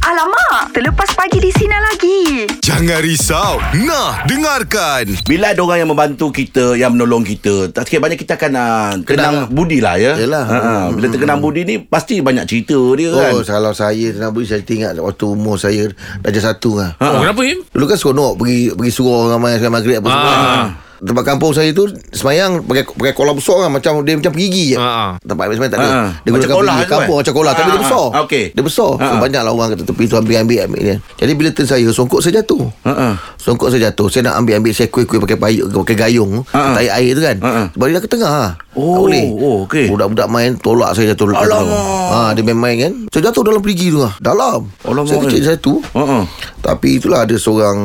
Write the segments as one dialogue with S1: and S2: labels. S1: Alamak, terlepas pagi di sini lagi.
S2: Jangan risau. Nah, dengarkan.
S3: Bila ada orang yang membantu kita, yang menolong kita, tak sikit banyak kita akan uh, kenang budi lah ya.
S4: Yalah.
S3: Ha, ha. Bila terkenang budi ni pasti banyak cerita dia kan.
S4: Hmm, Oh, kalau saya nak beri saya teringat waktu umur saya darjah satu lah.
S3: Ha.
S5: Oh, kenapa Im?
S4: Dulu kan seronok pergi pergi surau ramai sekali maghrib apa
S3: Ha,
S5: Ah.
S4: semua. Tempat kampung saya tu semayang pakai pakai kolam besar kan macam dia macam gigi je.
S5: Ah, ah.
S4: Tempat semayang tak ada.
S3: Ah, ah. Ha.
S4: Dia
S3: Macam
S4: gunakan
S3: kolah
S4: gigi
S3: tu,
S4: kampung
S3: eh?
S4: macam kolah
S3: Ah,
S4: tapi dia
S3: ah.
S4: besar.
S3: Okey.
S4: Dia besar. So
S3: Ah, ah.
S4: banyaklah orang kat tepi tu ambil-ambil ambil dia. Jadi bila turn saya songkok saya jatuh.
S3: Ah, ah.
S4: Songkok saya jatuh. Saya nak ambil-ambil saya kuih-kuih pakai payung pakai gayung,
S3: Ah, ah.
S4: tarik air tu kan.
S3: Ah, ah.
S4: Sebab dia dah ke tengah.
S3: Oh,
S4: tak boleh.
S3: oh, okey.
S4: Budak-budak main tolak saya jatuh dekat
S3: Alamak.
S4: tengah. Ha, dia main-main kan. Saya jatuh dalam perigi tu lah. Dalam.
S3: Alamak,
S4: Saya kecil
S3: eh.
S4: satu.
S3: Ha, ha.
S4: Tapi itulah ada seorang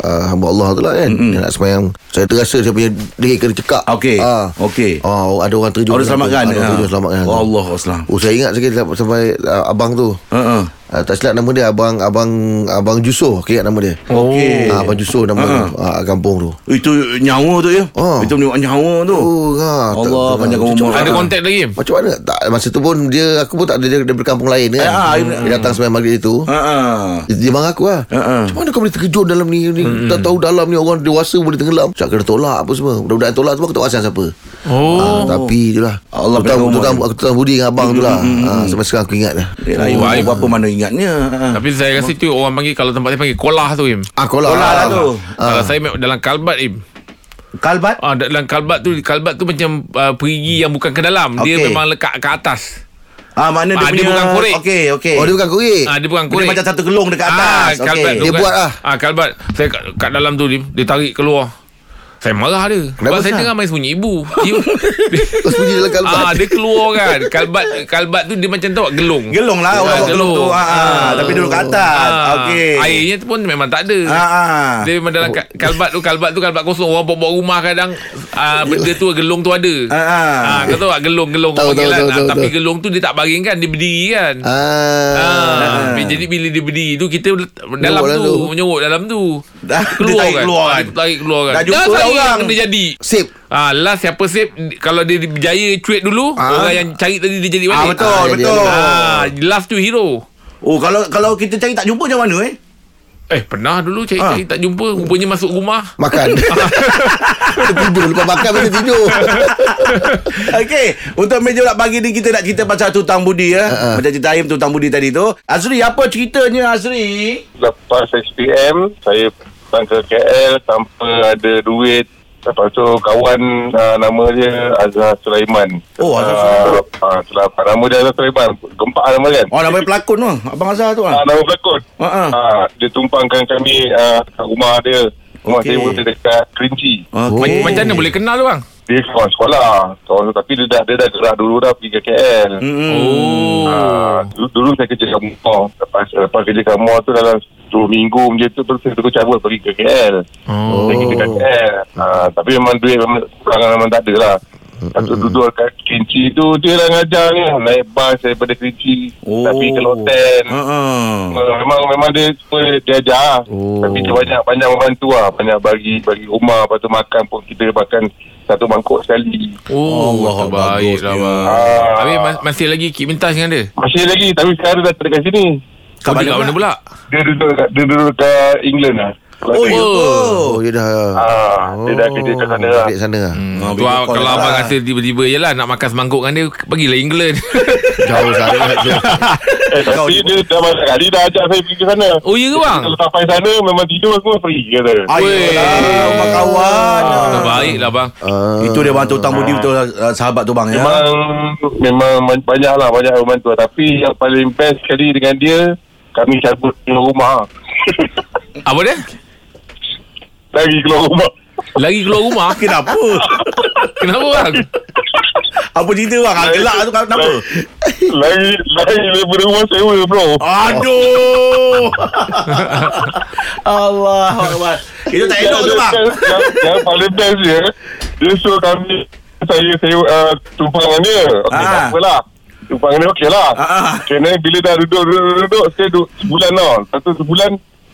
S4: uh, hamba Allah tu lah kan mm-hmm. nak semayang saya terasa saya punya leher kena cekak
S3: Okey,
S4: Ah.
S3: okey.
S4: oh, ada orang terjun
S3: Orang selamatkan,
S4: ada
S3: ya.
S4: orang terjun selamatkan
S3: Allah Aslam.
S4: oh saya ingat sekali sampai, sampai uh, abang tu
S3: Ha, ha.
S4: Uh, tak silap nama dia abang abang abang Jusoh okay, nama dia.
S5: Oh.
S3: Okey.
S4: Ah, abang Jusoh nama
S3: Ha.
S4: uh uh, kampung tu.
S3: Itu nyawa tu ya.
S4: Ah.
S3: Itu menimbulkan nyawa tu.
S4: Oh, ha, tak-
S3: Allah
S4: tak-
S3: panjangkan
S4: tak-
S3: umur.
S5: Ada
S3: Ha.
S5: kontak lagi Im?
S4: Macam mana? Tak masa tu pun dia aku pun tak ada dia, dia berkampung lain kan.
S3: Ah, ah,
S4: dia datang sembahyang maghrib itu.
S3: Ha, ha.
S4: Dia, dia marah aku lah
S3: Ha-ha.
S4: Macam mana kau boleh terkejut dalam ni, ni Tak tahu dalam ni Orang dewasa boleh tenggelam Tak kena tolak apa semua Budak-budak yang tolak tu Aku tak perasan siapa
S5: Oh.
S4: Ah, Tapi itulah
S3: Allah
S4: Aku tahu
S3: pegang
S4: Aku
S3: umur
S4: tahu Aku tahu budi dengan abang tu lah Ah, Sampai sekarang aku ingat lah
S3: Yelah,
S5: Oh,
S3: oh,
S5: baik.
S3: berapa mana ingatnya. Ha.
S5: Tapi saya rasa tu orang panggil Kalau tempat saya panggil Kolah tu Im
S4: Ah, kolah,
S3: Kolah lah tu.
S5: Kalau saya me- dalam kalbat Im
S3: Kalbat?
S5: Ah, da- dalam kalbat tu Kalbat tu macam uh, Perigi yang bukan ke dalam Dia
S3: Okey.
S5: memang lekat ke atas
S3: Ah, mana dia
S5: Ah, dia
S3: punya...
S5: bukan korek.
S3: Okey, okey.
S4: Oh dia bukan korek
S5: ah, Dia bukan
S3: Eh, Dia
S5: korek
S3: macam satu gelung dekat atas.
S5: Ah, kalbat
S3: Okey.
S5: tu
S4: Dia
S5: kan.
S4: buat lah.
S5: Ah, kalbat. Saya kat, kat dalam tu dia, dia tarik keluar. Saya marah dia. Sebab saya
S4: besar?
S5: tengah main sembunyi ibu. Dia, dia,
S4: Kau sembunyi dalam kalbat?
S5: Ah, dia keluar kan. Kalbat kalbat tu dia macam tahu tak, gelung.
S3: Gelung lah
S5: Ah,
S3: orang buat gelung tu.
S5: gelung.
S3: Ha, ha. Tapi duduk kat atas.
S5: Ah,
S3: Okey.
S5: Airnya tu pun memang tak ada.
S3: Ha, ha.
S5: Dia memang dalam ka- kalbat tu Kalbat tu kalbat kosong Orang bawa rumah kadang ah, Benda tu gelung tu ada
S3: Ha, ha.
S5: ah, Kau tahu tak gelung-gelung
S4: Tahu,
S5: panggil
S4: tahu,
S5: kan?
S4: tahu,
S5: Ah,
S4: tahu,
S5: Tapi
S4: tahu.
S5: gelung tu dia tak baring kan Dia berdiri kan
S4: Ah.
S5: Ah, bi- jadi bila dia berdiri tu kita let- dalam
S4: dalam
S5: tu
S4: tu.
S5: menyorok dalam tu.
S3: Dah, dia
S5: keluar
S3: tarik
S5: kan.
S3: keluar
S5: Ah,
S3: kan.
S5: dia tarik keluar kan.
S3: Dah jumpa dah
S5: saya
S3: orang.
S5: yang Dia jadi.
S4: Sip
S5: Ah, last siapa save kalau dia berjaya cuit dulu orang yang cari tadi dia jadi
S3: Ah,
S5: balik.
S3: betul,
S4: Ah, dia-
S3: betul.
S4: dia-
S5: Ah, last tu hero.
S3: Oh, kalau kalau kita cari tak jumpa macam mana eh?
S5: Eh pernah dulu cari-cari
S3: Ah.
S5: tak jumpa Rupanya masuk rumah
S4: Makan Tertidur Lepas makan Mesti tidur
S3: Okey, untuk meja pula pagi ni kita nak cerita pasal tutang budi ya.
S4: Ha, ha.
S3: Macam cerita Aim tutang budi tadi tu. Azri, apa ceritanya Azri?
S6: lepas SPM saya pulang ke KL tanpa ada duit Lepas tu kawan uh, nama dia Azhar Sulaiman
S3: Oh, Azhar
S6: Sulaiman uh, Setelah nama dia Azhar Sulaiman Gempak nama kan
S3: Oh, nama pelakon tu. Abang Azhar tu ah.
S6: Ah, nama pelakon.
S3: Ha, ha.
S6: Ah, dia tumpangkan kami ah, kat rumah dia. Rumah
S3: Okey. Ah.
S6: okay. saya berada dekat Kerinci.
S3: Eh.
S5: Mac- Macam mana boleh kenal tu bang
S6: Dia kawan sekolah. Kawan tapi dia dah dia dah gerak dulu dah pergi ke KL.
S3: Hmm.
S5: Oh
S6: Ah, dulu, dulu saya kerja kat Mall. Lepas lepas kerja kat Mall tu dalam 2 minggu macam tu terus saya terus cabut pergi ke KL.
S5: Oh.
S6: Saya kerja kat KL. Ah, tapi memang duit memang kurang memang tak ada lah. Lepas tu duduk kat Kerinci tu Dia dah ngajar ni lah. Naik bas daripada Kerinci
S3: Oh.
S6: Tapi ke Loten
S3: Ha ah.
S6: Uh, memang memang dia semua dia ajar oh. tapi dia banyak banyak membantu lah banyak bagi bagi rumah lepas tu makan pun kita makan satu mangkuk sekali
S5: Oh,
S3: Allah,
S5: Allah baiklah
S3: bagusnya.
S5: bang.
S6: Ah.
S5: Habis mas- masih lagi kip mentas dengan dia.
S6: masih lagi tapi sekarang dah tak dekat sini
S5: Kau
S3: mana
S5: dia kat mana pula?
S6: dia duduk kat- dia duduk kat England lah
S3: Oh, ya.
S4: Oh dia dah
S6: Ah, dia dah kerja kat sana lah.
S4: Dekat sana lah
S5: Hmm,
S3: Ah,
S5: tu,
S3: video
S5: ah,
S3: call
S5: kalau
S3: lah.
S5: abang kata tiba-tiba je lah nak makan semangkuk dengan dia, pergilah England.
S4: Jauh sangat tu.
S6: Eh,
S3: Oh, Kau
S6: tapi
S3: ni-
S6: dia dah banyak kali dah ajak saya pergi ke sana.
S5: oh, ya ke bang?
S6: Kalau sampai sana memang tidur semua free
S3: Ah,
S6: kata.
S3: Ayolah, rumah kawan.
S5: Ah, baiklah bang.
S4: Ah.
S3: Itu dia bang tutang budi betul ah, sahabat tu bang ya.
S6: Memang memang man- banyak lah banyak yang membantu tapi yang paling best sekali dengan dia kami cabut keluar rumah.
S5: Apa dia?
S6: Lagi keluar rumah.
S5: Lagi keluar rumah?
S3: Kenapa?
S5: Kenapa bang?
S3: apa cerita bang? Ah, Gelak tu kenapa?
S6: Lagi lagi daripada rumah sewa bro.
S3: Aduh. Allah Akbar. Itu tak elok tu bang.
S6: Yang, yang, yang paling best dia Dia suruh kami Saya saya uh, Tumpang dengan dia Okey
S3: Ah.
S6: tak apalah Tumpang dengan dia okey lah
S3: Ah, ah.
S6: Kena bila dah duduk Duduk duduk, duduk Saya duduk sebulan tau Satu sebulan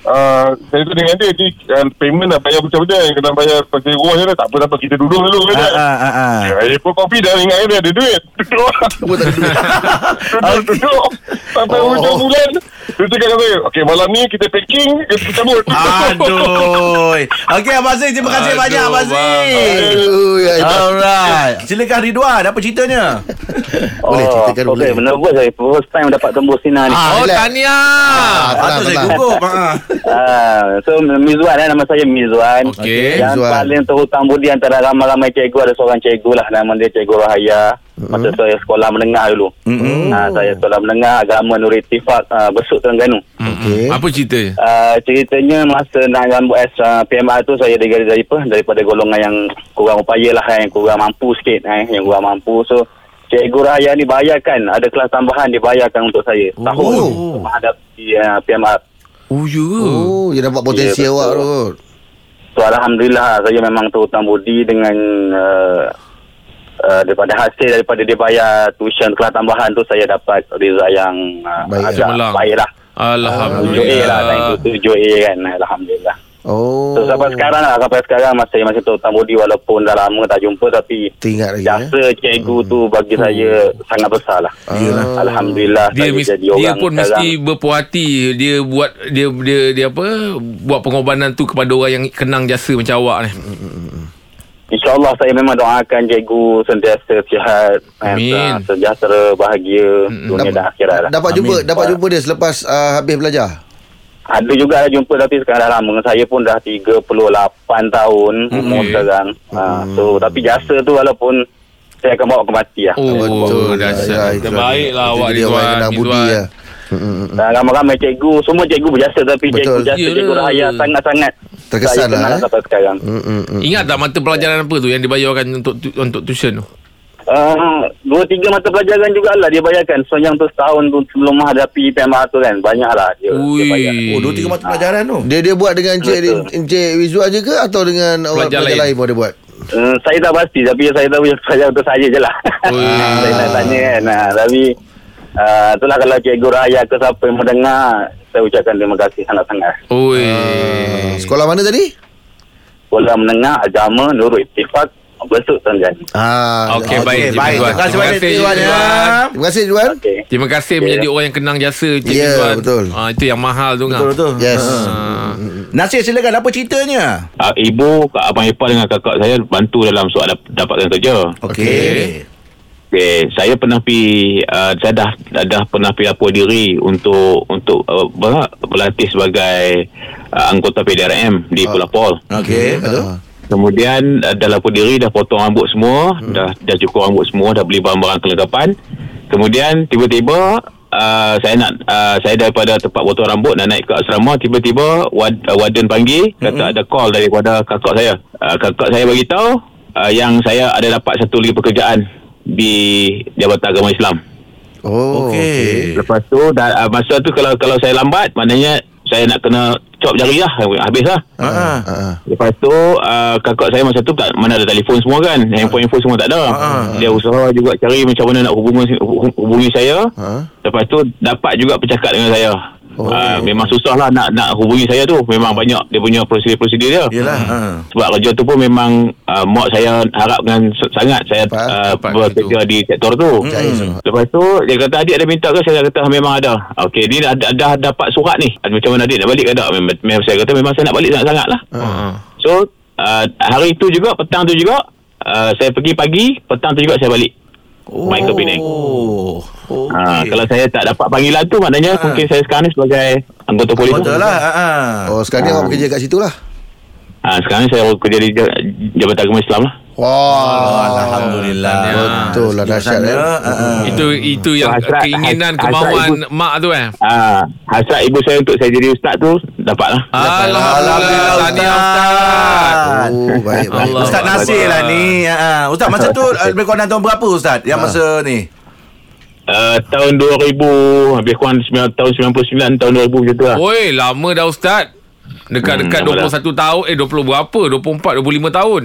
S6: uh, saya tu dengan dia, dia uh, payment dah bayar macam-macam. Kena bayar pasal rumah je lah. Tak apa-apa, kita duduk dulu.
S3: Ah,
S6: kan?
S3: ah, ah, ah.
S6: Ya, Saya pun kopi dah ingat dia ada duit. Duduk.
S3: Ah.
S6: duduk, duduk. Sampai
S4: Oh.
S6: hujung bulan. Dia cakap dengan saya, okay, malam ni kita packing, kita cabut.
S3: Aduh. Okey Abang Aziz, terima kasih
S5: Aduh,
S3: banyak Abang Aziz.
S4: Aduh, ya, itu.
S3: Alright. Silakan Ridwan, apa ceritanya?
S4: Boleh
S6: Ah,
S4: ceritakan
S7: oh,
S4: boleh.
S7: okay, Menerobos saya First time dapat tembus Sina ni ah.
S5: Oh,
S4: relax.
S5: Tania.
S4: Ah, tenang,
S3: Patut saya
S4: tenang.
S3: gugup. Ha.
S7: So Mizuan eh, Nama saya Mizuan
S5: Okey.
S7: Yang
S4: Mizuan.
S7: paling terhutang budi Antara ramai-ramai cikgu Ada seorang cikgu lah Nama dia Cikgu Rahaya Masa saya sekolah menengah dulu mm-hmm. Saya sekolah menengah Agama Nur Ittifaq ah, Besut Terengganu
S4: Okey.
S5: Hmm, Apa cerita?
S7: Ah, ceritanya masa nak rambut S, uh, PMR tu saya dari, dari apa, daripada golongan yang kurang upaya lah eh, yang kurang mampu sikit eh, yang kurang mampu so cikgu raya ni bayarkan ada kelas tambahan dibayarkan untuk saya tahun
S4: Oh.
S7: menghadapi uh, PMR
S5: Oh, ya.
S4: Oh, dia nampak potensi
S7: Ya, betul.
S4: awak Rod.
S7: so Alhamdulillah ah, saya memang terhutang budi dengan uh, uh, daripada hasil daripada dia bayar tuition kelas tambahan tu saya dapat result yang uh,
S4: Baik.
S7: agak
S5: Cemerlang.
S7: baik lah 7A lah
S5: Alhamdulillah.
S7: thank you 7A kan Alhamdulillah
S4: Oh.
S7: So sampai sekarang lah Sampai sekarang Masih masih terhutang budi Walaupun dah lama tak jumpa Tapi
S4: Teringat lagi eh. Hmm.
S7: Jasa cikgu tu Bagi saya Sangat besar lah
S4: Yalah.
S7: Alhamdulillah
S5: dia
S7: saya
S5: mis,
S7: jadi
S5: dia
S7: orang
S5: pun
S7: sekarang.
S5: mesti berpuas hati dia buat dia dia dia apa buat pengorbanan tu kepada orang yang kenang jasa macam awak ni.
S7: InsyaAllah saya memang doakan Cikgu Sentiasa sihat
S5: Amin. Hmm.
S7: eh, Sejahtera Bahagia Dunia dan akhirat lah
S4: Dapat jumpa dapat jumpa dia selepas ah, habis belajar.
S7: Ada juga lah jumpa Tapi sekarang dah lama Saya pun dah 38 tahun Umur
S5: Hmm. Okey.
S7: sekarang Ah, So
S4: Hmm.
S7: Tapi jasa tu walaupun Saya akan bawa ke mati lah
S5: Oh,
S4: Betul lah, ya,
S5: dahsyat.
S4: itu
S3: lah
S5: Terbaiklah
S4: dia. Itu
S5: lah awak
S4: dia orang yang kena
S5: Ridwan.
S4: budi
S5: Ridwan.
S4: ya.
S7: Dan ramai-ramai cikgu Semua cikgu berjasa Tapi
S4: Betul.
S7: Betul. cikgu jasa
S5: Yelah.
S7: Cikgu rahaya Sangat-sangat
S4: Terkesan
S7: saya
S4: lah,
S7: kenal
S4: eh.
S7: Sampai sekarang
S4: hmm.
S5: Ingat tak mata pelajaran apa tu yang dibayarkan untuk tu- untuk tuition tu?
S7: uh, Dua tiga mata pelajaran jugalah Dia bayarkan Sepanjang tu setahun tu Sebelum menghadapi PMR tu kan Banyak lah dia, dia
S5: Ui.
S7: bayar
S3: Oh, dua tiga mata pelajaran tu.
S4: Dia dia buat dengan Encik Encik Wizwa je ke atau dengan orang
S5: Pelajar
S4: pelajar
S5: lain.
S4: lain pun dia buat?
S7: uh, Saya tak pasti Tapi saya tahu yang pelajar untuk saya je lah
S5: Ui.
S7: Saya nak tanya kan uh, Tapi uh, Itulah kalau cikgu raya ke siapa yang mendengar Saya ucapkan terima kasih sangat-sangat
S5: Oi. Eh.
S4: Ah, Sekolah mana tadi?
S7: Sekolah menengah agama Nurul Ittifaq Besut Tengganu
S4: Ah,
S5: Okey,
S4: okey.
S5: baik.
S3: Okey, baik.
S5: Ridwan.
S3: Terima kasih banyak
S5: Terima
S3: Ridwan ya.
S5: kasih, Ridwan.
S4: Terima kasih Juan.
S7: okay.
S5: Terima kasih
S7: Ya.
S5: menjadi orang yang kenang jasa Cik
S4: Ya,
S5: Ridwan.
S4: betul.
S5: Ah, itu yang mahal tu
S3: Betul
S5: ngah.
S3: betul.
S4: Yes. Mm-hmm.
S5: Ah.
S3: Nasir silakan apa ceritanya?
S8: uh, ibu, Kak abang Ipar dengan kakak saya bantu dalam soal dap- dapatkan kerja.
S3: Okey.
S8: Okay, saya pernah pi uh, saya dah, dah dah pernah pi lapor diri untuk untuk uh, apa, berlatih sebagai uh, anggota PDRM di Pulau Pol.
S3: Okey. Betul.
S8: Kemudian uh, dah lapor diri dah potong rambut semua, dah dah cukur rambut semua, dah beli barang-barang kelengkapan. Kemudian tiba-tiba uh, saya nak uh, saya daripada tempat potong rambut nak naik ke asrama tiba-tiba wad, uh, warden panggil kata ada call daripada kakak saya. Uh, kakak saya bagi tahu uh, yang saya ada dapat satu lagi pekerjaan di Jabatan Agama Islam.
S4: Oh.
S3: Okey.
S8: Lepas tu dah, uh, masa tu kalau kalau saya lambat maknanya saya nak kena chop jari lah habis lah.
S3: Ah.
S4: Ah.
S8: Lepas tu uh, kakak saya masa tu tak mana ada telefon semua kan. Handphone-handphone semua tak ada. Dia usaha juga cari macam mana nak hubungi hubungi saya.
S4: Ah.
S8: Lepas tu dapat juga bercakap dengan saya.
S4: Oh.
S8: Oh. Uh, memang susah lah nak nak hubungi saya tu. Memang banyak dia punya prosedur-prosedur dia.
S3: Yalah. Ha.
S8: Sebab kerja tu pun memang uh, mak saya harapkan s- sangat saya
S4: Dapat-
S8: uh,
S5: dapat
S8: bekerja di sektor tu.
S4: Jaya.
S8: Lepas tu dia kata adik ada minta ke saya kata memang ada. Okey ni dah, dah, dah dapat surat ni. Macam mana adik nak balik ke tak? Memang, memang saya kata memang saya nak balik sangat-sangat lah.
S5: Ah.
S8: So uh, hari tu juga petang tu juga uh, saya pergi pagi, petang tu juga saya balik. Oh. Main ke Penang.
S3: Oh. Okey.
S8: Ha, kalau saya tak dapat panggilan tu maknanya
S3: Ah.
S8: mungkin saya sekarang ni sebagai anggota polis.
S3: Betul lah. Ha.
S4: Oh, sekarang ni
S3: Ah.
S4: awak bekerja kat situ lah.
S8: Ha, sekarang ni saya kerja di Ja- Jabatan Agama Islam lah.
S4: Wah.
S3: Alhamdulillah.
S4: Betul lah, dahsyat, eh.
S3: Ha.
S5: Itu itu yang
S8: hasrat-
S5: keinginan
S8: hasrat
S5: kemauan mak tu eh.
S8: Ha, hasrat ibu saya untuk saya jadi ustaz tu dapat lah.
S5: Alhamdulillah. Tahniah Ustaz.
S3: ah.
S4: Oh, baik baik.
S5: Allah.
S3: Ustaz Nasir lah ni. Ha. Ustaz masa tu uh, lebih kurang tahun berapa Ustaz?
S5: Ah.
S3: Yang masa ni?
S8: Uh, tahun 2000 habis kurang 9, tahun 99 tahun 2000 macam tu lah.
S5: Oi, lama dah Ustaz. Dekat-dekat
S8: Hmm, lama dah.
S5: 21 tahun Eh 20 berapa 24, 25 tahun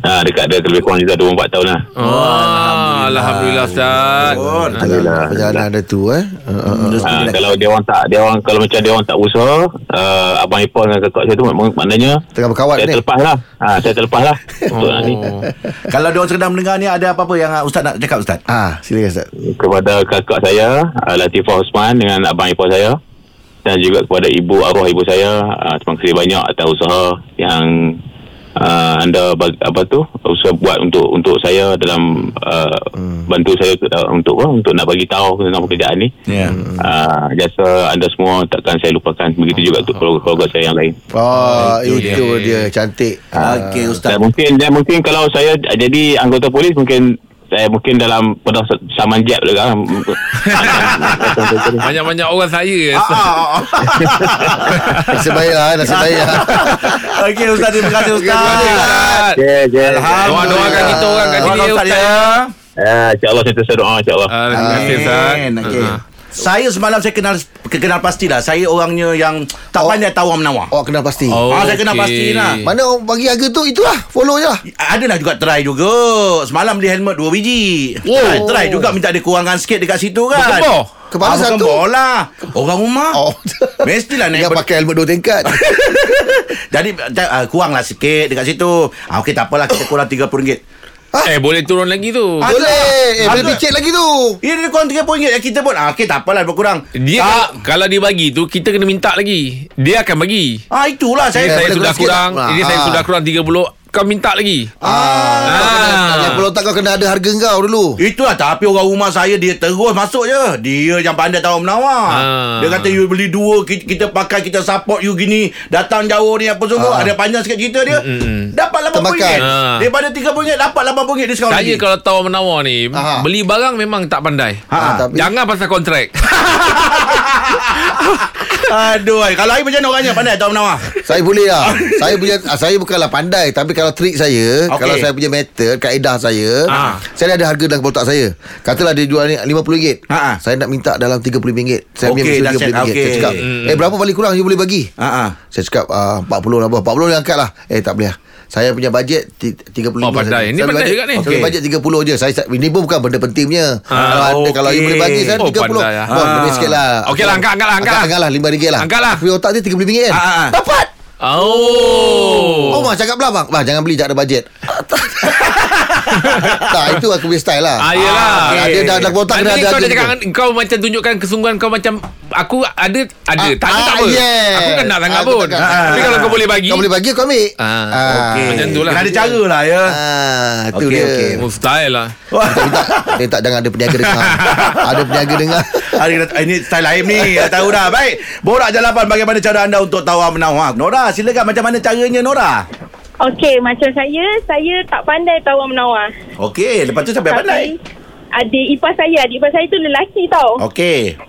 S8: Ha, dekat dia lebih kurang juga 24 tahun lah.
S5: Ah, Alhamdulillah Ustaz
S4: Perjalanan, perjalanan dia tu eh. Uh, uh,
S8: Ha, kalau dia orang tak dia orang kalau macam dia orang tak usaha uh, abang Ipah dengan kakak saya tu mak- maknanya
S4: Tengah berkawat
S8: saya
S4: ni.
S8: terlepas lah ha, saya terlepas lah untuk oh. ni
S3: Kalau dia orang sedang mendengar ni ada apa-apa yang ah, ustaz nak cakap ustaz?
S4: Ah, silakan Ustaz.
S8: kepada kakak saya uh, Latifah Osman dengan abang Ipah saya dan juga kepada ibu arwah ibu saya uh, terima kasih banyak atas usaha yang uh, anda bag, apa tu usaha buat untuk untuk saya dalam uh, bantu saya uh, untuk uh, untuk nak bagi tahu tentang pekerjaan ni
S3: Ya.
S8: uh, jasa anda semua takkan saya lupakan begitu juga untuk keluarga-keluarga saya yang lain
S3: Ah,
S4: Oh, itu, dia. cantik.
S3: Okey ustaz.
S8: dan mungkin dan mungkin kalau saya jadi anggota polis mungkin saya mungkin dalam pernah saman jab juga
S5: Banyak-banyak orang saya
S3: Ah,
S5: Ustaz.
S3: ah, ah.
S4: Nasib baik lah, nasib baik lah.
S3: Okey ustaz terima kasih
S5: kasih,
S3: ustaz.
S5: Ustaz.
S8: Ya, ya.
S3: Alhamdulillah.
S5: Doa-doakan kita orang kat sini,
S3: Doakan ustaz
S5: Ustaz.
S3: ya.
S8: Ah, InsyaAllah saya terserah doa InsyaAllah
S5: Ah, Terima kasih Ustaz
S3: Amin. Okey.
S5: Ah.
S3: Saya semalam saya kenal kenal pastilah. Saya orangnya yang tak pandai tawar menawar.
S4: Awak kenal pasti.
S5: Oh,
S3: Ah, saya kenal
S5: okey.
S3: pasti lah.
S4: Mana orang bagi harga tu, itulah. Follow je lah.
S3: Adalah juga try juga Semalam beli helmet dua biji oh. try, try juga minta dia kurangkan sikit dekat situ kan
S5: Berkebor?
S4: Kepala
S3: Ah,
S4: satu?
S3: berkebor lah Orang rumah oh.
S4: Oh.
S3: Mestilah naik
S4: Jangan
S3: ber-
S4: pakai helmet dua tingkat.
S3: Jadi uh, kuranglah sikit dekat situ ah, Okey tak apalah kita kurang RM30
S5: Eh boleh turun lagi tu
S3: Ah.
S4: Boleh. Eh, boleh
S3: Ada.
S4: picit lagi tu.
S3: Ya dia kurang RM30 eh, Kita pun ah, Okey tak apalah berkurang
S5: Dia tak. kalau dia bagi tu Kita kena minta lagi Dia akan bagi
S3: Ah itulah
S4: Ya,
S5: Ini
S3: saya
S5: saya
S4: boleh
S5: sudah
S4: kurang sikit
S5: kurang
S4: tak?
S5: Ini saya
S4: Ah.
S5: sudah kurang 30 Kau minta lagi
S4: Ah,
S5: Ah.
S4: kau kena- Kalau perlu tak kau kena ada harga kau dulu.
S3: Itulah tapi orang rumah saya dia terus masuk je. Dia yang pandai tahu menawar.
S5: Ha.
S3: Dia kata you beli dua kita, kita pakai kita support you gini datang jauh ni apa semua. Ada panjang sikit cerita dia.
S5: Mm,
S3: Mm-mm. Dapat RM80.
S4: Termakan.
S5: Ha.
S3: Daripada RM30 dapat RM80 diskaun
S5: Saya
S3: lagi.
S5: kalau tawar menawar ni
S4: Aha.
S5: Beli barang memang tak pandai
S3: Ha.
S4: Ah, tapi
S5: Jangan pasal kontrak
S3: Aduh, kalau ai macam mana orangnya pandai tahu menawar?
S4: saya boleh lah. saya punya ah, saya bukanlah pandai tapi kalau trik
S3: Okey.
S4: saya, okay. kalau saya punya method, kaedah saya,
S5: Ah.
S4: saya ada harga dalam kotak saya. Katalah dia jual ni RM50.
S3: Ah, ah.
S4: Saya nak minta dalam RM30. Saya
S3: Okey,
S4: punya
S3: dah set.
S4: RM30. Saya
S3: Okey. Hmm.
S4: cakap, "Eh berapa paling kurang you boleh bagi?"
S3: Ha ah.
S4: Saya cakap ah, 40 lah bos. 40 yang angkat lah Eh tak boleh lah Saya punya bajet ti- 35
S5: Oh,
S4: saja.
S5: pandai. Ni
S4: Saya
S5: pandai
S4: bajet-
S5: juga ni. Ah,
S4: Saya punya
S3: Okey.
S4: bajet 30 je saya, Ini pun bukan benda penting punya Kalau ada
S3: okey.
S4: Kalau you boleh bagi Saya
S5: Oh,
S4: 30
S5: pandai lah.
S4: Bos
S3: Ah.
S4: lebih sikit lah
S5: Okey lah, angkat, angkat lah, angkat lah.
S4: Angkat lah RM5 lah
S5: Angkat lah.
S4: Tapi otak dia RM30 kan
S3: Ah, ah.
S4: Dapat Oh, oh
S5: Oh,
S4: mak cakap lah bang Bang jangan beli Tak ada bajet Tak itu aku punya style lah
S5: Ah, yelah.
S4: Ah, Dia dah dalam kotak Kena ada
S5: Nanti kau
S4: harga
S5: dah cakap
S4: tu.
S5: dengan- Kau macam tunjukkan kesungguhan Kau macam Aku ada Ada
S4: Ah,
S5: Tak ada tak
S4: ah,
S5: apa
S4: yes.
S5: Aku kan nak sangat
S4: Aku
S5: pun
S4: takkan.
S5: Tapi
S4: Ah.
S5: kalau kau boleh bagi
S4: Kau boleh bagi kau ambil
S5: Ah,
S3: Okey.
S5: Macam tu lah.
S3: Kena ada cara lah ya.
S4: Ah, tu
S3: Okey,
S4: dia.
S3: okey.
S5: Oh style lah
S4: Dia minta, dia tak jangan ada peniaga dengar. ada peniaga dengar.
S3: Hari kata, ini style Aim ni dah Tahu dah Baik Borak Jalapan Bagaimana cara anda Untuk tawar menawar Nora silakan Macam mana caranya Nora
S9: Okey, macam saya, saya tak pandai tawar menawar.
S3: Okey Lepas tu sampai pandai
S9: adik ipar saya, adik ipar saya tu lelaki tau.
S3: Okey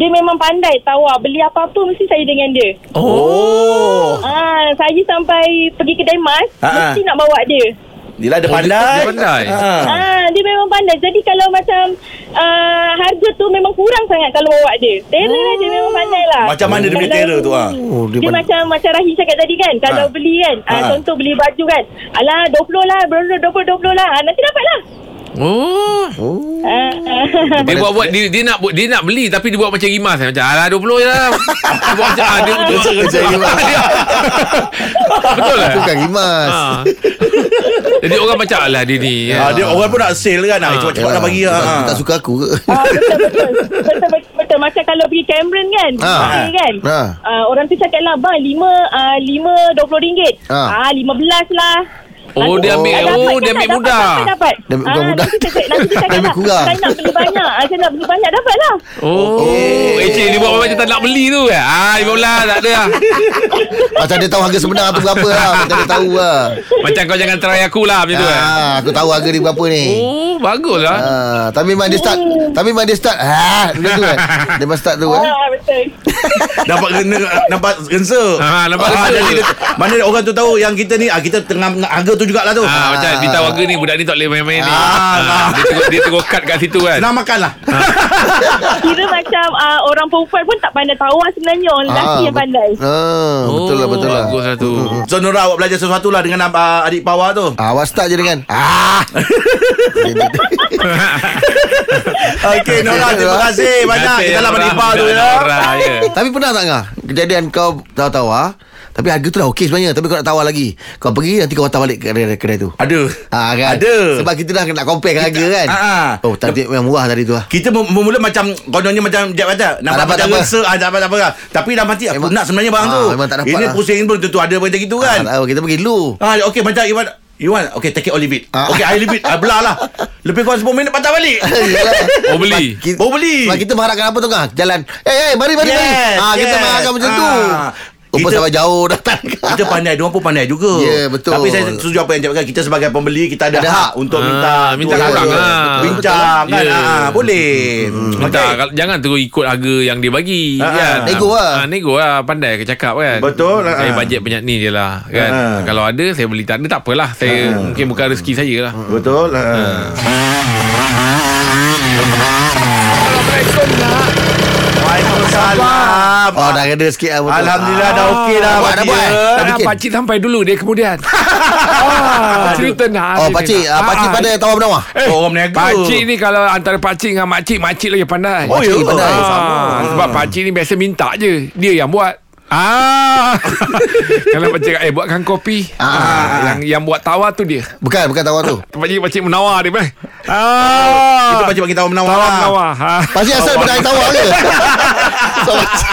S9: Dia memang pandai tawar. Beli apa-apa mesti saya dengan dia.
S3: Oh.
S9: Ah, saya sampai pergi kedai mas,
S3: Ah, ah.
S9: mesti nak bawa dia.
S3: Dia lah dia
S5: Oh, dia-
S3: pandai.
S5: dia pandai.
S3: Ha.
S9: Ah, dia memang pandai. Jadi kalau macam uh, harga tu memang kurang sangat kalau bawa dia. Terror lah dia memang pandai lah.
S3: Macam mana dia punya
S9: Kalau-
S3: terror tu, ah?
S4: Oh, dia Ha.
S9: dia
S4: pandai.
S9: macam macam Rahim cakap tadi kan. Kalau
S3: Ah.
S9: beli kan, ah,
S3: Ah.
S9: contoh beli baju kan. Alah 20 lah, bro, 20 20 lah. Ah, nanti dapat lah.
S5: Oh
S4: Oh.
S9: Ah, ah.
S5: Dia buat buat dia, dia nak bu- dia nak beli tapi dia buat macam rimas eh. macam alah 20 je lah. dia buat macam ah, dia buat
S4: Macam
S3: lah.
S4: rimas.
S5: Dia- Betul lah.
S4: Itu kan rimas.
S5: Ha. Jadi orang macam alah dia ni.
S3: Ha,
S4: Ah,
S3: dia orang pun nak sale kan.
S5: Ah.
S3: Ha. Cepat-cepat nak bagi
S4: Dia
S3: ah.
S4: tak suka aku ke?
S9: Ah, betul, betul. betul betul betul macam kalau pergi Cameron kan
S4: Ha.
S9: okey kan
S4: Ha.
S9: Ah, orang tu cakap lah bang 5 uh, 5 20 ringgit ah
S4: Ha.
S9: 15 lah
S5: Oh, dia ambil-
S9: Ah, dapat,
S5: oh, dia ambil
S9: dapat,
S5: mudah.
S9: dapat, dapat.
S4: Dia ambil bukan
S9: Ah,
S4: mudah.
S9: nanti cakap- nanti
S4: Dia
S9: cakap
S4: ambil
S9: lah,
S4: kurang.
S9: saya nak beli banyak ah, saya nak beli banyak dapat lah
S5: Oh, eh cik dia buat macam tak nak beli tu eh. Ah, 15 tak ada lah.
S4: Macam dia tahu harga sebenar tu berapa lah. Macam dia tahu lah.
S5: Macam kau jangan try aku lah macam tu eh.
S4: Ah, aku tahu harga dia berapa ni.
S5: Oh, bagus lah.
S4: eh? Ah, tapi memang dia start Tapi memang dia start ah, Macam tu kan Dia memang start tu kan
S9: ah, betul
S3: Nampak kena Nampak gensa
S5: Ah, nampak
S3: Ah,
S5: gensa.
S3: Jadi dia- Mana orang tu tahu Yang kita ni ah, Kita tengah nak harga tu jugalah tu
S5: Ah, macam dia tahu harga ni budak ni tak boleh main-main ni.
S3: Ah,
S5: Ah, dia terus dia terus cut kat situ kan.
S3: Nak makan lah
S9: Kira macam uh, orang perempuan pun tak pandai tawar sebenarnya. Orang Oh, lelaki yang
S4: bet-
S9: pandai.
S4: Ah, betul lah betul lah.
S5: Oh, Bagus lah tu.
S3: So Nora awak belajar sesuatu lah Dengan ah, adik Pawa tu
S4: Ah, awak start je dengan. Ah. hmm.
S5: Ah.
S3: Okay Nora Terima kasih banyak Kita lah menipah tu ya
S4: tapi pernah tak ngah kejadian kau tawar-tawar tapi harga tu dah okey sebenarnya tapi kau nak tawar lagi. Kau pergi nanti kau hantar balik kedai kedai tu.
S3: Ada
S4: Ah kan.
S3: Ada
S4: Sebab kita dah nak compare kan harga kan.
S3: Ah, ah.
S4: Oh, tadi yang murah tadi tu lah.
S3: kita mem- bermula macam Kononnya macam Jep kata Nampak
S4: dapat,
S3: macam
S4: tak apa.
S3: rasa ah, Tak dapat tak apa lah. Tapi dalam hati Aku
S4: Memang-
S3: nak sebenarnya barang
S4: Ah,
S3: tu
S4: memang tak dapat
S3: Ini
S4: lah.
S3: pusing pun Tentu ada macam gitu kan
S4: Ah, kita pergi dulu.
S3: Ah, okay macam Iwan Iwan Okay take it or leave it
S4: Ah.
S3: Okay I leave it I belah lah Lebih kurang 10 minit patah balik
S5: Oh beli.
S4: Kita,
S3: Baru beli.
S4: Sebab kita mengharapkan apa tu kan? Jalan. Eh, hey, hey, mari, mari, yes, mari. Ah, kita mengharapkan macam tu.
S3: Ah.
S4: Rupa
S3: Kita-
S4: sampai jauh datang. kan?
S3: kita pandai Diorang pun pandai juga
S4: Ya, betul.
S3: Tapi saya setuju apa yang cakapkan Kita sebagai pembeli Kita ada,
S4: Ada
S3: hak
S4: hak.
S3: Untuk
S5: Ah,
S3: minta
S5: minta
S3: tu.
S5: kat orang,
S3: Ya,
S5: ah.
S3: betul. Bincang kan
S5: Ya.
S3: ah, Boleh
S4: Hmm,
S5: Minta, kalau- jangan terus ikut harga yang dia bagi
S3: Ah,
S5: kan.
S3: ah.
S4: Nego lah.
S5: Ah, nego lah Pandai ke cakap kan
S3: Betul, ah.
S5: Saya bajet banyak ni je lah kan?
S3: Ah.
S5: Kalau ada saya beli Tak ada tak apalah Saya mungkin bukan rezeki saya lah
S4: Hmm.
S3: Betul ah. Waalaikumsalam
S4: Oh, dah ada sikit lah. betul.
S3: Alhamdulillah dah okey dah
S4: Dah buat, dah
S3: Pakcik.
S4: buat. Dah
S5: Ah,
S4: bikin.
S5: pakcik sampai dulu Dia kemudian ah, Cerita nak
S4: Oh, pakcik. Ah, pakcik pandai tawar menawar.
S3: Eh, orang meniaga.
S5: Pakcik ni kalau antara pakcik dengan makcik Makcik lagi pandai
S3: Oh, ya
S4: Pakcik
S3: ke?
S4: pandai.
S5: Ah, Sebab pakcik ni biasa minta je Dia yang buat Ah, kalau pakcik kata, eh buatkan kopi. Ah, yang yang buat tawar tu dia.
S4: Bukan, bukan tawar tu.
S5: Pakcik pakcik menawar dia eh. Ah,
S3: Itu pakcik bagi tahu menawar
S5: tawar
S3: lah.
S5: menawar. Ha.
S4: Pakcik asal benda air tawar ke? So, macam-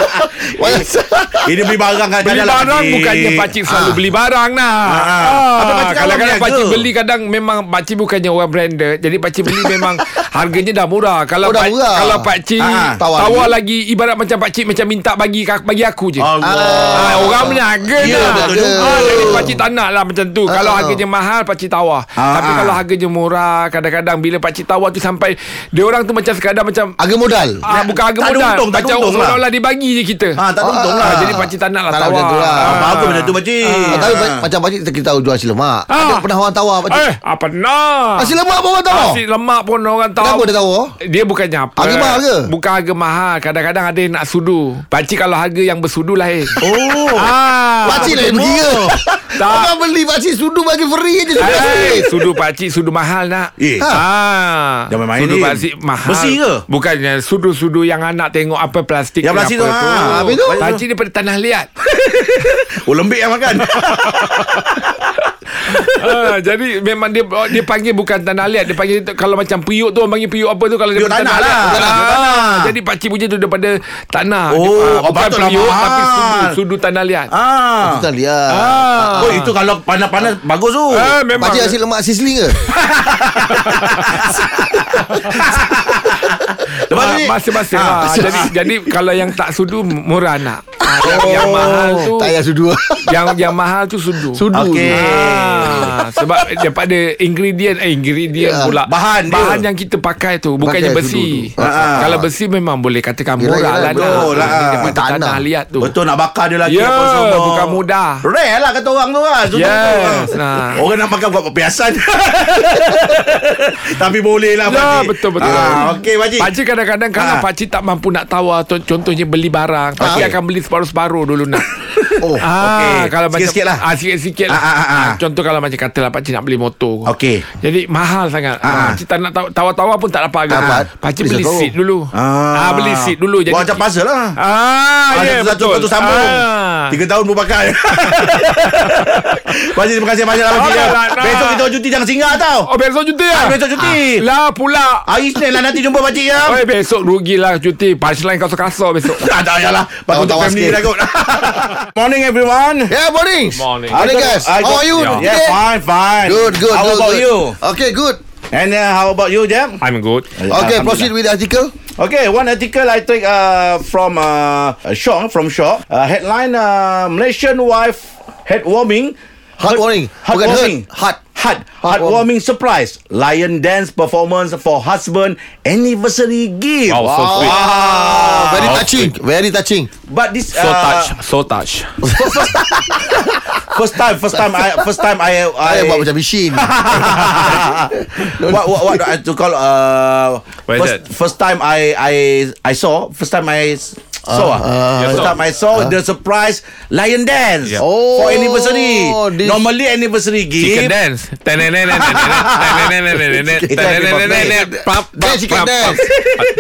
S4: macam-
S3: Ini beli barang kat
S5: Beli
S3: jalan lah,
S5: barang
S3: pakcik.
S5: bukannya pakcik selalu beli barang lah.
S3: Ah. Tapi pakcik kan
S5: Kadang-kadang
S3: orang
S5: pakcik
S3: berniaga.
S5: beli kadang memang pakcik bukannya orang branded. Jadi pakcik beli memang harganya dah murah.
S4: Oh,
S5: Kalau
S4: dah
S5: pak-
S4: murah.
S5: kalau pakcik
S3: Ah.
S5: tawar, lagi. ibarat macam pakcik macam minta bagi bagi aku je.
S3: Allah.
S5: Ah, orang berniaga
S3: Ya,
S5: lah.
S3: betul juga.
S5: Ah, jadi pakcik tak nak lah macam tu. Kalau
S4: Ah.
S5: harganya mahal, pakcik tawar.
S3: Ah,
S5: Tapi
S3: ah.
S5: kalau harganya murah, kadang-kadang bila pakcik tawar tu sampai, dia orang tu macam sekadar macam,
S4: Harga modal.
S5: ah, bukan harga
S3: tak ada
S5: modal.
S3: untung, tak ada
S5: macam
S3: untung lah.
S5: seolah-olah dia bagi je kita.
S3: Ah, tak ada untung
S5: Ah,
S3: lah.
S5: Jadi pakcik tak nak lah
S4: Tak nak
S5: tawar.
S4: macam tu lah.
S3: Ah, Bagus benda tu pakcik.
S4: Ah, Tapi pa- macam pakcik kita tahu jual nasi lemak.
S5: Ah.
S4: Ada pernah orang tawar
S5: Eh,
S4: pakcik.
S5: apa nak?
S4: Nasi lemak pun orang tawar.
S5: Nasi lemak pun orang tahu.
S4: Kenapa dia tawar?
S5: Dia bukannya apa.
S4: Harga mahal ke?
S5: Bukan harga mahal. Kadang-kadang ada yang nak sudu. Pakcik kalau harga yang bersudu lah eh.
S3: Oh.
S5: Ah.
S4: Pakcik lah yang berkira.
S5: Tak.
S4: Orang beli pakcik sudu bagi free je.
S5: Hey, Eh, sudu pakcik Sudu mahal nak
S3: Eh.
S5: ha. ah.
S3: Jangan main-main
S5: Sudu
S3: ni.
S5: pakcik mahal
S3: Besi ke?
S5: Bukannya Sudu-sudu yang anak tengok Apa plastik
S3: Yang
S5: ke
S3: plastik
S5: apa
S3: tu, ah.
S4: Habis tu?
S5: Pakcik daripada tanah liat
S3: Oh, lembik yang makan.
S5: ah, Jadi memang dia oh, Dia panggil bukan tanah liat Dia panggil Kalau macam periuk tu Orang panggil periuk apa tu Kalau
S3: Periuk
S5: daripada
S3: tanah lah.
S5: liat,
S3: Tanah,
S5: ah,
S3: tanah.
S5: Jadi pakcik punya tu daripada tanah
S3: Oh,
S5: dia, ah,
S3: oh,
S5: Bukan
S3: patutlah
S5: periuk
S3: mahal.
S5: Tapi sudu Sudu tanah liat
S3: ah.
S4: Bukan dia.
S5: ah.
S3: Oh, itu kalau panas-panas bagus tu.
S5: ah, Memang
S4: Pakcik nasi lemak sizzling ke?
S3: Lepas
S5: Ah,
S3: ni-
S5: Masa-masa
S3: Ah,
S5: lah.
S3: masa-
S5: Jadi jadi kalau yang tak sudu Murah nak Ah,
S3: Oh,
S5: yang, yang mahal tu
S4: Tak payah sudu.
S5: yang yang mahal tu sudu.
S4: Sudu.
S3: Okey.
S5: Ah, sebab daripada ingredient eh ingredient
S4: Ya,
S5: pula
S3: bahan dia.
S5: bahan yang kita pakai tu bukannya
S4: Pakai
S5: besi.
S4: sudu tu.
S3: Ah, ah.
S5: Kalau besi memang boleh katakan
S4: Yelah,
S5: murah
S4: yelah,
S5: lah
S3: betul lah.
S5: Ini Daripada
S4: Tanah.
S5: tanah liat tu.
S3: Betul nak bakar dia lagi
S5: Ya,
S3: apa semua.
S5: bukan mudah.
S3: Rare lah kata orang tu kan. Sudu tu.
S5: Yes,
S3: Ah.
S5: nah.
S3: Orang nak makan buat perpiasan. Tapi boleh lah pakcik.
S5: Ya, betul betul.
S3: Ah, Okey pakcik.
S5: Pakcik kadang-kadang kalau
S3: Ah.
S5: pakcik tak mampu nak tawar tu- contohnya beli barang, pakcik
S3: Okey.
S5: akan beli separuh-separuh dulu nak.
S4: Oh.
S3: okey.
S5: Ah, kalau macam
S3: Sikit-sikit lah.
S5: Ah, sikit-sikit lah.
S3: Ah, ah, ah, ah.
S5: Ah, contoh kalau macam katalah pak cik nak beli motor.
S3: Okey.
S5: Jadi mahal sangat.
S3: Ah, ah.
S5: Ah, Pakcik tak nak taw- tawar-tawar pun tak dapat harga.
S4: Dapat.
S5: Pak cik
S4: Beli
S5: beli
S4: satu.
S5: seat dulu.
S3: Ah.
S5: Ah, beli seat dulu
S3: Buat macam puzzle lah.
S5: Ah,
S3: Ah,
S5: ya
S3: yeah, satu
S5: betul.
S3: satu sambung.
S5: Ah.
S3: Tiga tahun pun pakai. Pakcik terima kasih banyak lah pakcik. ya.
S5: Alright, nah.
S3: Besok kita cuti jangan singgah tau.
S5: Oh, besok cuti lah.
S3: Ah, besok cuti.
S5: Ah, Lah pula.
S3: Hari Senin lah nanti jumpa pakcik ya.
S5: Oi, besok rugilah cuti. Punchline kasar-kasar besok.
S3: Tak tak payahlah. Bagi untuk
S4: Tawar-tawar
S3: family
S4: sikit.
S3: lah kot. Morning everyone.
S4: Yeah, morning.
S5: Morning.
S4: Morning,
S3: I got-
S4: guys.
S3: I
S4: How
S3: got-
S4: are you?
S5: Yeah.
S3: Yeah,
S4: Jeb?
S3: fine, fine.
S4: Good, good,
S3: How
S4: good,
S3: about
S4: good.
S3: you?
S4: Okay, good.
S3: And uh, how about you, Jam?
S5: I'm good.
S4: Okay, proceed with the article.
S3: Okay, one article I take uh, from uh, Shaw, from Shaw. Uh, headline, uh, Malaysian wife headwarming.
S4: Heartwarming. Bukan
S3: Heartwarming.
S4: hurt, heart.
S3: Had Heartwarming surprise Lion dance performance For husband Anniversary gift
S5: Wow, so sweet.
S3: Wow.
S4: Very touching Very touching
S3: But this uh,
S5: So touch So touch
S3: First time First time I First time I I,
S4: Saya buat macam mesin
S3: what, what what I to call uh
S5: What is
S3: first,
S5: that?
S3: first time I I I saw first time I s- saw uh,
S5: You
S3: first
S5: saw.
S3: time I saw the surprise lion dance
S5: Yeah.
S4: Uh-huh. Oh,
S3: for anniversary
S4: this-
S3: normally anniversary
S5: Chicken
S3: gift
S5: dance
S4: That's chicken dance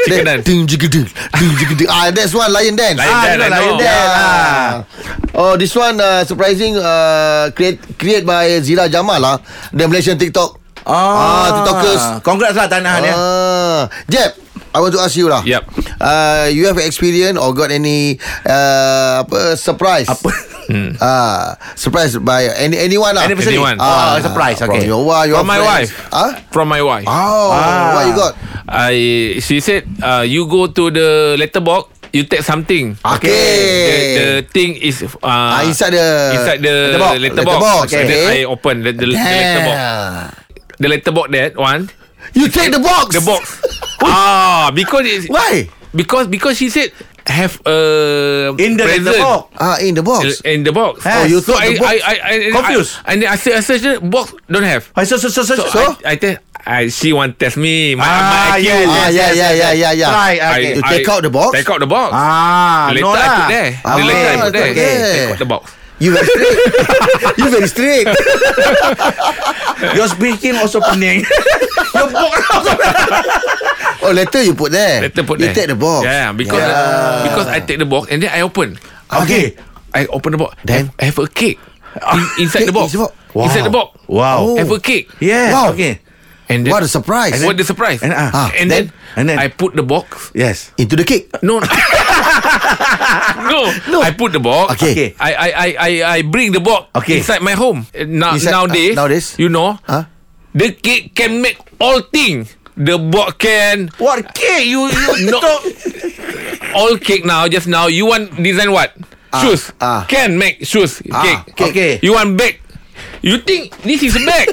S5: Chicken dance
S4: Ding jigiding Ding jigiding Ah that's one lion dance
S5: Lion
S4: Ah,
S5: dance,
S4: you know,
S5: I know.
S4: ah. Oh this one uh, surprising uh, create create by Zira Jamal lah the Malaysian TikTok. Ah, tiktokers.
S3: congrats lah Tanahan ya
S4: Ah, Jeb, I want to ask you lah.
S5: Kan, Yep.
S4: Uh, you have experience or got any uh, apa surprise? Apa? Ah, surprise by any anyone lah.
S5: Anniversary. Anyone.
S3: Ah, surprise, okay.
S4: From your wife, your
S5: From my
S4: friends.
S5: wife Ah.
S4: Ah?
S5: From my wife
S4: Oh, what you got?
S5: I she said uh, you go to the letterbox you take something.
S4: Okay.
S5: The, the thing is uh,
S4: Ah, inside the-
S5: inside the
S4: letterbox.
S5: letterbox. letterbox.
S4: Letterbox,
S5: So
S4: okay.
S5: then I open the, the, the letterbox.
S4: Damn.
S5: The letterbox that one.
S4: You take the box.
S5: The box. ah, because it's,
S4: Why?
S5: because because she said have a
S3: in the
S5: present.
S3: letterbox
S4: Ah, in the box.
S5: In the box.
S4: Oh, you thought
S5: I,
S4: the box-
S5: I, I, I,
S3: Confused.
S5: I, and then I, search- I search the box don't have.
S3: I so so so so, so,
S5: So, I, I tell I she want test me. My, my
S3: ah
S5: IQ.
S3: yes, yes,
S4: Ah, yeah,
S3: yes,
S4: yeah,
S3: yes,
S4: yeah,
S3: yes.
S4: yeah, yeah.
S3: try
S5: I-
S3: okay
S4: You
S5: I-
S4: take out the box?
S5: Take out the box.
S3: ah
S5: later
S3: no
S5: I
S3: lah
S5: put there.
S4: Ah,
S5: later I put there.
S4: okay.
S5: Take out the box.
S4: You very straight. you very straight.
S3: your speaking also pening your book also
S4: Oh, letter you put there.
S5: Later put
S4: you
S5: there.
S4: take the box.
S5: Yeah, because
S4: Yeah.
S5: because I take the box and then I open.
S3: okay
S5: I open the box.
S4: Then? Ah,
S5: I have a cake. In, inside
S4: Cake
S5: the box.
S4: inside the box.
S5: Inside the box.
S3: wow
S4: Oh.
S5: Have a cake.
S3: yes
S4: Wow.
S3: okay
S5: And then,
S4: What a surprise.
S5: What the surprise?
S3: And, ah,
S4: ah,
S5: and then,
S3: then- and then-
S5: I put the box.
S3: yes
S4: Into the cake.
S5: No. no. no. I put the box.
S4: Okay.
S5: I I I I, I bring the box
S3: Okay.
S5: inside my home. Uh, Now
S4: Inside-
S5: nowadays,
S4: uh, nowadays?
S5: you know,
S4: Huh?
S5: the cake can make all thing. The box can
S3: what cake you you
S5: No. all cake now. Just now, you want design what? shoes.
S4: ah.
S5: Can make shoes. cake.
S3: cake. Okay.
S5: You want bag? You think this is bag?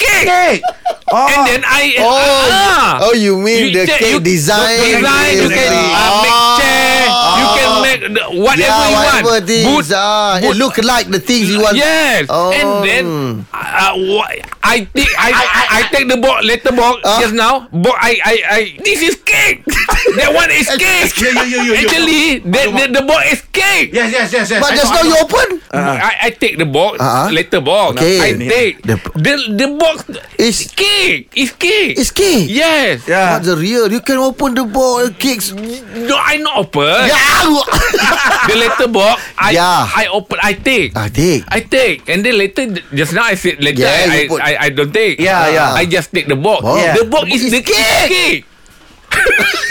S5: cake.
S3: cake oh
S5: And then I
S4: Oh,
S5: ah.
S4: oh, you mean the
S5: take-
S4: cake design?
S5: the design you can
S4: Ah.
S5: uh, make chair you can make the, whatever
S4: Oh. yeah,
S5: you
S4: whatever
S5: want
S4: things. ah, it look like the things you want.
S5: yes
S4: Oh.
S5: and then uh, wha- I take I, I, I take the box letter box
S4: Ah.
S5: just now box I, I I this is cake that one is cake
S3: yo, yo, yo, yo.
S5: actually the, the, the box is cake Uh-huh.
S3: yes yes yes yes
S4: But
S3: I
S4: just
S3: know,
S4: now
S3: I
S4: you open.
S5: I, I take the box
S4: Ah, ah.
S5: letter box
S4: Okay.
S5: I take the,
S4: The-
S5: the, box
S4: It's-
S5: cake is cake
S4: It's cake.
S5: yes
S3: Yeah.
S4: What's the real? You can open the box, Ya, cakes.
S5: no I not open
S4: Yeah.
S5: the letter box I
S4: Yeah.
S5: I open I take
S4: ah, take.
S5: I take and then later just now I said later
S4: Yeah,
S5: I,
S4: you put-
S5: I I don't take Uh,
S3: Yeah, yeah.
S5: I just take the box
S4: Box.
S5: the box is the cake,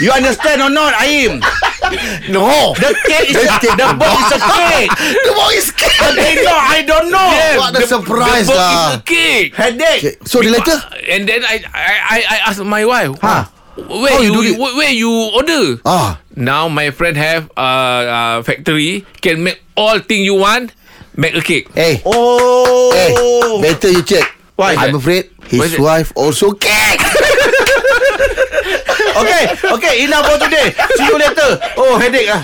S3: You understand or not, Aim?
S4: No.
S3: The cake is the, the box is a cake.
S4: the box is cake.
S3: But they know, I don't know.
S5: Yes,
S4: What a surprise
S5: the box
S4: lah.
S5: is the cake
S3: Headache.
S4: So the letter?
S5: and then I I I, I asked my wife
S4: Ha. How
S5: where
S4: you
S5: you,
S4: do it?
S5: where, where you order
S4: Ah.
S5: now my friend have a uh, uh, factory can make all thing you want make a cake
S4: Hey.
S3: Oh.
S4: Hey. Eh, Better you check.
S3: Why?
S4: I'm afraid
S5: Why is
S4: his
S5: it-
S4: wife also cake.
S3: Okay, okay, enough for today. See you later. Oh, headache ah.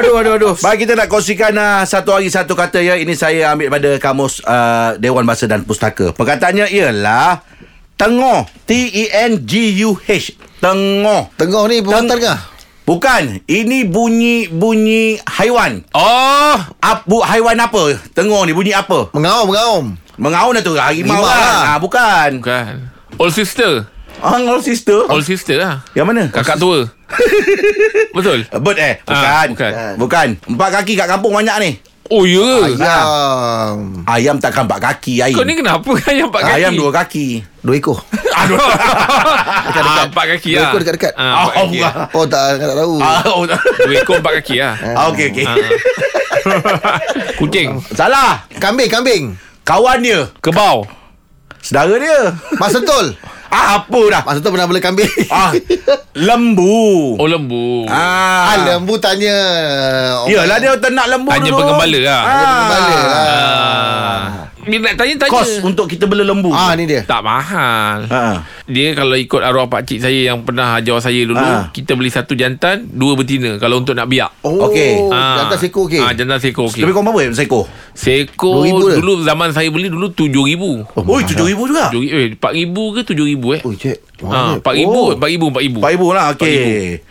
S3: Aduh, aduh, aduh. Baik, kita nak kongsikan uh, satu hari satu kata ya. Ini saya ambil pada kamus uh, Dewan Bahasa dan Pustaka. Perkataannya ialah E Tengoh. T-E-N-G-U-H. Tengoh.
S4: Tengah ni bukan tengah.
S3: Bukan. Ini bunyi-bunyi haiwan.
S5: oh
S3: Ap, bu, haiwan apa? Tengoh ni bunyi apa?
S4: Mengaum, mengaum.
S3: Mengaun dah tu Harimau
S4: Harimau
S3: kan
S4: lah.
S3: ah, Bukan
S5: bukan all sister
S3: Ang all sister
S5: all sister lah
S3: Yang mana?
S5: kakak tua betul
S3: Bird eh
S5: Ah,
S3: Bukan
S5: bukan.
S3: Bukan Empat kaki kat kampung banyak ni
S5: oh ya yeah.
S4: Ayam.
S3: Ayam takkan empat kaki ayam.
S5: Kau ni kenapa ayam empat kaki?
S3: Ayam dua kaki
S4: Dua ekor.
S5: Aduh. Ah, empat kaki
S4: Dua
S5: lah.
S4: ekor dekat-dekat.
S5: Ah, empat kaki lah.
S4: Oh tak, tak tahu.
S3: Ah, oh,
S5: Dua ekor empat kaki lah.
S3: ah, Okey okey
S5: Kucing.
S3: Salah
S4: Kambing, kambing.
S3: Kawan dia
S5: Kebau.
S3: Sedara dia
S4: Mak Sentul.
S3: ah, Apa dah
S4: Mak Sentul pernah bela kambing.
S3: ah, Lembu
S5: Oh lembu.
S3: ah.
S4: Ah, lembu tanya. "Oh,
S3: Yalah dia ternak lembu
S5: Hanya
S3: dulu
S5: bergembala lah.
S3: ah.
S4: Kepala lah.
S5: Ah. Dia nak tanya tanya.
S3: Kos untuk kita bela lembu.
S4: Ah ni dia.
S5: tak mahal.
S3: Ha.
S5: Dia kalau ikut arwah pakcik saya yang pernah ajar saya dulu,
S3: Ah.
S5: kita beli satu jantan, dua betina kalau untuk nak biak.
S4: Oh,
S3: Okey.
S5: Ah.
S4: Jantan seko okey.
S5: Ah, jantan seko okey.
S3: Lebih kurang berapa eh, Seko?
S5: Seko
S4: RM2,000 ke?
S5: dulu zaman saya beli dulu RM7,000.
S3: Oh, Oi, RM7,000 juga.
S5: Tujuh ribu, eh, RM4,000 ke RM7,000 eh?
S4: Oi, cik.
S5: Ha,
S4: Wah,
S5: RM4,000,
S3: Oh.
S5: RM4,000, RM4,000.
S3: RM4,000 lah, okey.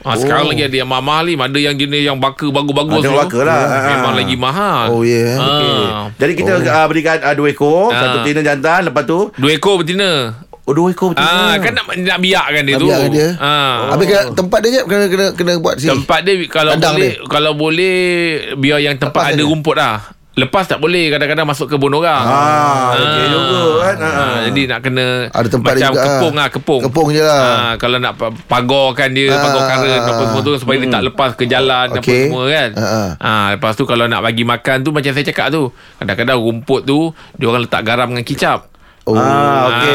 S5: Ha, sekarang lagi ada yang mahal ni, ada yang jenis yang bakar bagus-bagus.
S3: Ada
S5: tu. Ha,
S3: bakar lah.
S5: Memang
S3: Ah.
S5: lagi mahal.
S4: Oh, ya.
S5: Ha.
S3: Jadi kita oh. uh, berikan uh, dua ekor,
S5: Ah.
S3: satu betina jantan, lepas tu
S5: Dua ekor betina.
S3: oh, dua ekor betina.
S5: Ah, kan nak, nak biarkan dia
S4: Nak
S5: tu.
S4: biarkan dia.
S5: Ah.
S4: Habis kena, tempat dia je kena, kena, kena buat sini.
S5: Tempat dia kalau
S4: Kandang
S5: boleh dia. kalau boleh biar yang tempat
S4: Lepas
S5: ada
S4: saja.
S5: rumput lah. Lepas tak boleh kadang-kadang masuk kebun orang.
S3: Ah, okey juga kan. Ah.
S5: ah, jadi nak kena
S4: Ada tempat dia
S5: macam
S4: juga, ah.
S5: kepung lah, kepung.
S4: Kepung je lah.
S5: Ah, kalau nak pa- pagarkan dia,
S4: Ah,
S5: pagar karen
S4: ah,
S5: apa semua tu supaya dia tak lepas ke jalan apa
S4: Okey.
S5: semua kan.
S4: Ah, ah.
S5: Ah, lepas tu kalau nak bagi makan tu macam saya cakap tu, kadang-kadang rumput tu dia orang letak garam dengan kicap.
S4: Oh.
S3: Ah, okey.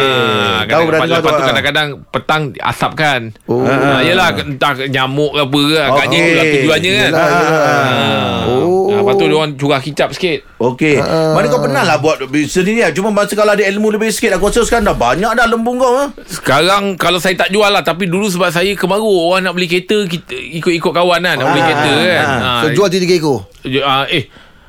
S3: Tahu
S5: Ah, kadang-
S3: berani
S5: lepas,
S3: kau
S5: lepas tu
S3: tu. ah.
S5: kadang-kadang petang asapkan.
S4: lah. Oh.
S5: Oh. Ah, yelah entah nyamuk ke apa ke agaknya
S3: Okey.
S5: itulah tujuannya kan.
S4: Yelah, yelah.
S5: Ah.
S4: Oh.
S5: Oh. Ah, lepas tu dia orang curah kicap sikit.
S3: Okey. Uh,
S4: Ah.
S3: Mana kau pernah lah buat sendiri lah. Cuma masa kalau ada ilmu lebih sikit, aku rasa sekarang dah banyak dah lembu kau. Ha?
S5: Sekarang kalau saya tak jual lah tapi dulu sebab saya kemaruk orang nak beli kereta kita ikut-ikut kawan kan nak beli kereta kan. Ah,
S4: So, jual tiga ekor.
S5: ju- ah, eh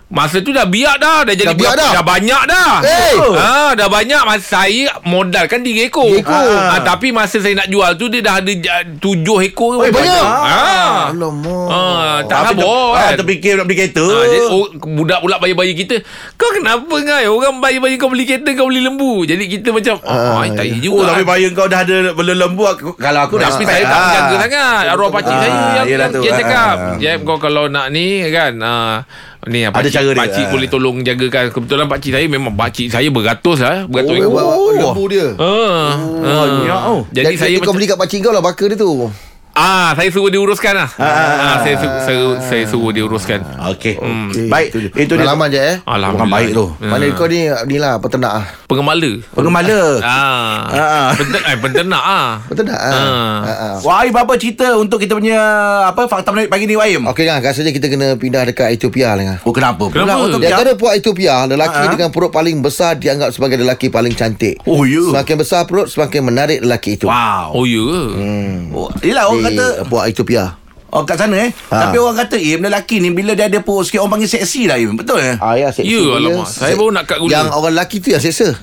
S5: Masa tu dah biak dah Dah jadi
S4: biak
S5: berapa-
S4: dah?
S5: Dah banyak dah
S4: Eh!
S5: ha, Dah banyak Masa saya modalkan 3 ekor,
S4: Tiga ekor.
S5: Ah, Tapi masa saya nak jual tu Dia dah ada 7 ekor
S4: Oh, banyak.
S5: Ah.
S4: Alamak.
S5: Ah, tak
S3: Tapi ter-
S5: habur
S3: ah,
S5: kan.
S3: terfikir nak beli kereta.
S5: Ah, jadi, oh, budak pula bayi-bayi kita Kau kenapa ngai Orang bayi-bayi kau beli kereta Kau beli lembu Jadi kita macam ah, Tak iya
S3: Oh,
S5: juga
S3: tapi bayar kau dah ada bela lembu aku, Kalau aku
S5: tapi
S3: respect
S5: saya tak
S3: lah.
S5: menjaga sangat Arwah pakcik
S3: Ah,
S5: saya Yang,
S3: yelah
S5: yang
S3: tu.
S5: dia cakap
S3: Ah.
S5: Jeb kau kalau nak ni kan ah, Ni ah, pakcik,
S3: Ada cara dia.
S5: pakcik
S3: Ah.
S5: boleh tolong jagakan Kebetulan pakcik saya Memang pakcik saya beratus lah Beratus
S4: Oh,
S5: ekor
S4: oh, lembu dia.
S5: Ah, ah.
S3: Oh, banyak tu.
S5: Jadi saya
S4: kau beli kat pakcik kau lah bakar dia tu.
S5: Ah, saya suruh dia uruskan lah. Ah, saya, suruh, saya, saya suruh dia uruskan.
S3: Okey.
S5: Hmm.
S4: Okey,
S3: Baik.
S4: Eh, itu dia.
S3: Itu dia.
S4: Pengalaman je eh.
S5: Alhamdulillah.
S3: Orang baik tu.
S5: Ah.
S4: Mana kau ni ni lah peternak ah.
S5: Pengemala.
S3: Pengemala.
S5: Ah.
S3: Ah.
S5: Penter, eh, penternak ah.
S4: Peternak ah.
S5: Ah.
S4: Ah, ah.
S3: Waim apa cerita untuk kita punya apa fakta menarik pagi ni Waim?
S4: Okey kan, rasanya kita kena pindah dekat Ethiopia lah. Ngah.
S3: Oh kenapa?
S5: Kenapa?
S3: Pula kau
S4: Di
S3: terpijak?
S4: antara puak Ethiopia,
S5: Ah,
S4: lelaki dengan perut paling besar dianggap sebagai lelaki paling cantik.
S3: Oh, ya.
S4: Semakin besar perut, semakin menarik lelaki itu.
S3: Wow.
S5: Oh, ya ke?
S3: Oh, yelah orang
S4: Di
S3: kata
S4: puak Ethiopia.
S3: Oh kat sana eh
S4: Ha.
S3: Tapi orang kata Im lelaki ni Bila dia ada perut sikit Orang panggil seksi lah Im Betul eh
S4: Ah, ya, seksi
S5: Ya,
S4: dia.
S5: alamak. Saya baru nak kat gula.
S4: Yang orang lelaki tu yang seksa.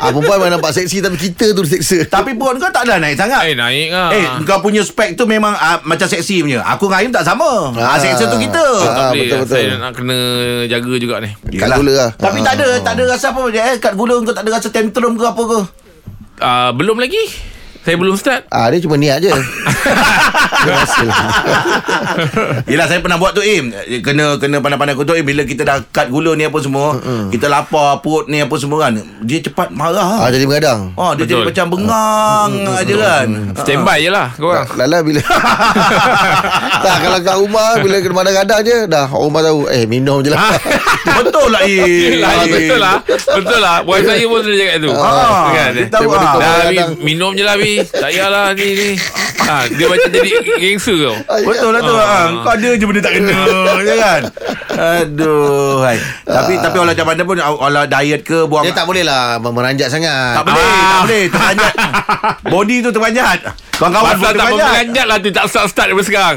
S4: ah, perempuan memang nampak seksi tapi kita tu seksa.
S3: Tapi perut kau tak ada naik sangat
S5: Eh, naik ah.
S3: Eh kau punya spek tu memang ah, Macam seksi punya Aku dengan Im tak sama ah,
S4: Ah.
S3: Seksi tu kita
S4: Ah,
S5: Tak boleh,
S4: betul-betul.
S5: Saya nak kena jaga juga ni.
S4: Kat gula lah.
S3: Tapi
S4: Ah.
S3: tak ada Tak ada rasa apa je eh Kat gula kau tak ada rasa tantrum ke apa ke
S5: Ah, belum lagi. Saya belum start.
S4: Ah, dia cuma niat je. Dia rasa lah.
S3: Yelah saya pernah buat tu Im Kena kena pandai-pandai kutuk Im Bila kita dah cut gula ni apa semua Kita lapar perut ni apa semua kan Dia cepat marah
S4: ah,
S3: ah,
S4: jadi mengadang.
S3: Oh, dia
S5: Betul.
S3: jadi macam bengang aja kan
S5: Standby je lah korang.
S4: Lala bila Tak kalau kat rumah Bila kena kadang-kadang je Dah orang rumah tahu Eh minum je lah
S3: Betul lah Im
S5: Yelah, betul lah Betul lah Wife saya pun selalu cakap tu
S3: Ah,
S5: kan?
S3: dia tahu
S5: Daripada
S3: ah.
S5: Dah Abi,
S4: Kadang-
S5: minum je lah Abi Tak payahlah ni ni ha, Dia macam jadi gangster tau
S4: Ya.
S3: Betul lah tu
S5: Ah.
S3: ah. Kau ada je benda tak kena je kan Aduh hai. Tapi tapi olah macam mana pun Olah diet ke buang
S4: Dia tak boleh lah Meranjat sangat
S3: tak boleh,
S5: Ah.
S3: tak boleh Terpanjat Body tu terpanjat Kawan-kawan
S5: Pasal tak memanjat lah tu Tak start start daripada sekarang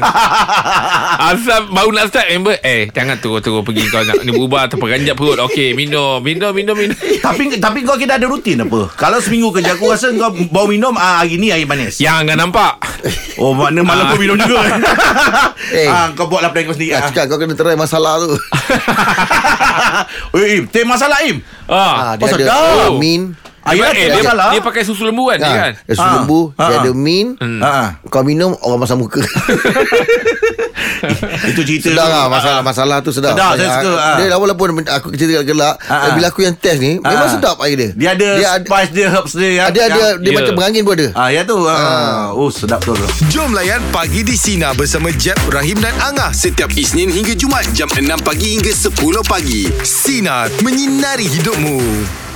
S5: Asal baru nak start member Eh jangan turun-turun pergi kau nak Ni berubah terperanjat perut Okey minum Minum minum minum
S3: tapi tapi kau kira ada rutin apa? Kalau seminggu kerja aku rasa kau bawa minum ah, hari ni air manis.
S5: Yang akan nampak
S3: Oh makna malam
S5: Ah.
S3: kau minum juga eh.
S4: Eh.
S3: ah, kau buatlah plan kau sendiri.
S4: Dah
S3: Ah.
S4: cakap kau kena terai masalah tu
S3: Oi Eh, Im, teh masalah Im.
S5: ah,
S4: ah, Dia
S3: Oh,
S4: ada
S3: sedap.
S4: min
S3: Ah, yelah, teh
S5: eh, dia,
S3: masalah.
S5: dia pakai susu lembu kan, dia
S4: ha,
S5: kan?
S4: Dia susu
S3: Ah,
S4: lembu Dia
S3: ah.
S4: ada min
S3: Ah.
S4: Kau minum Orang masam muka
S3: Itu cerita.
S4: Sedap
S3: tu. Ah,
S4: lah Masalah Masalah tu sedap
S3: Sedap, saya suka, ah.
S4: Dia lama pun Aku kecil gelak-gelak
S3: Ah, ah.
S4: Bila aku yang test ni
S3: Ah,
S4: Memang
S3: ah.
S4: sedap air dia
S3: Dia ada dia spice dia herbs dia yang,
S4: Dia ada Dia
S5: Ya.
S4: macam berangin pun ada
S3: Ah, ya tu. Ah. Oh, sedap tu. tu.
S2: Jom layan Pagi di Sina bersama Jeb, Rahim dan Angah setiap Isnin hingga Jumaat jam 6 pagi hingga 10 pagi. Sina, menyinari hidupmu.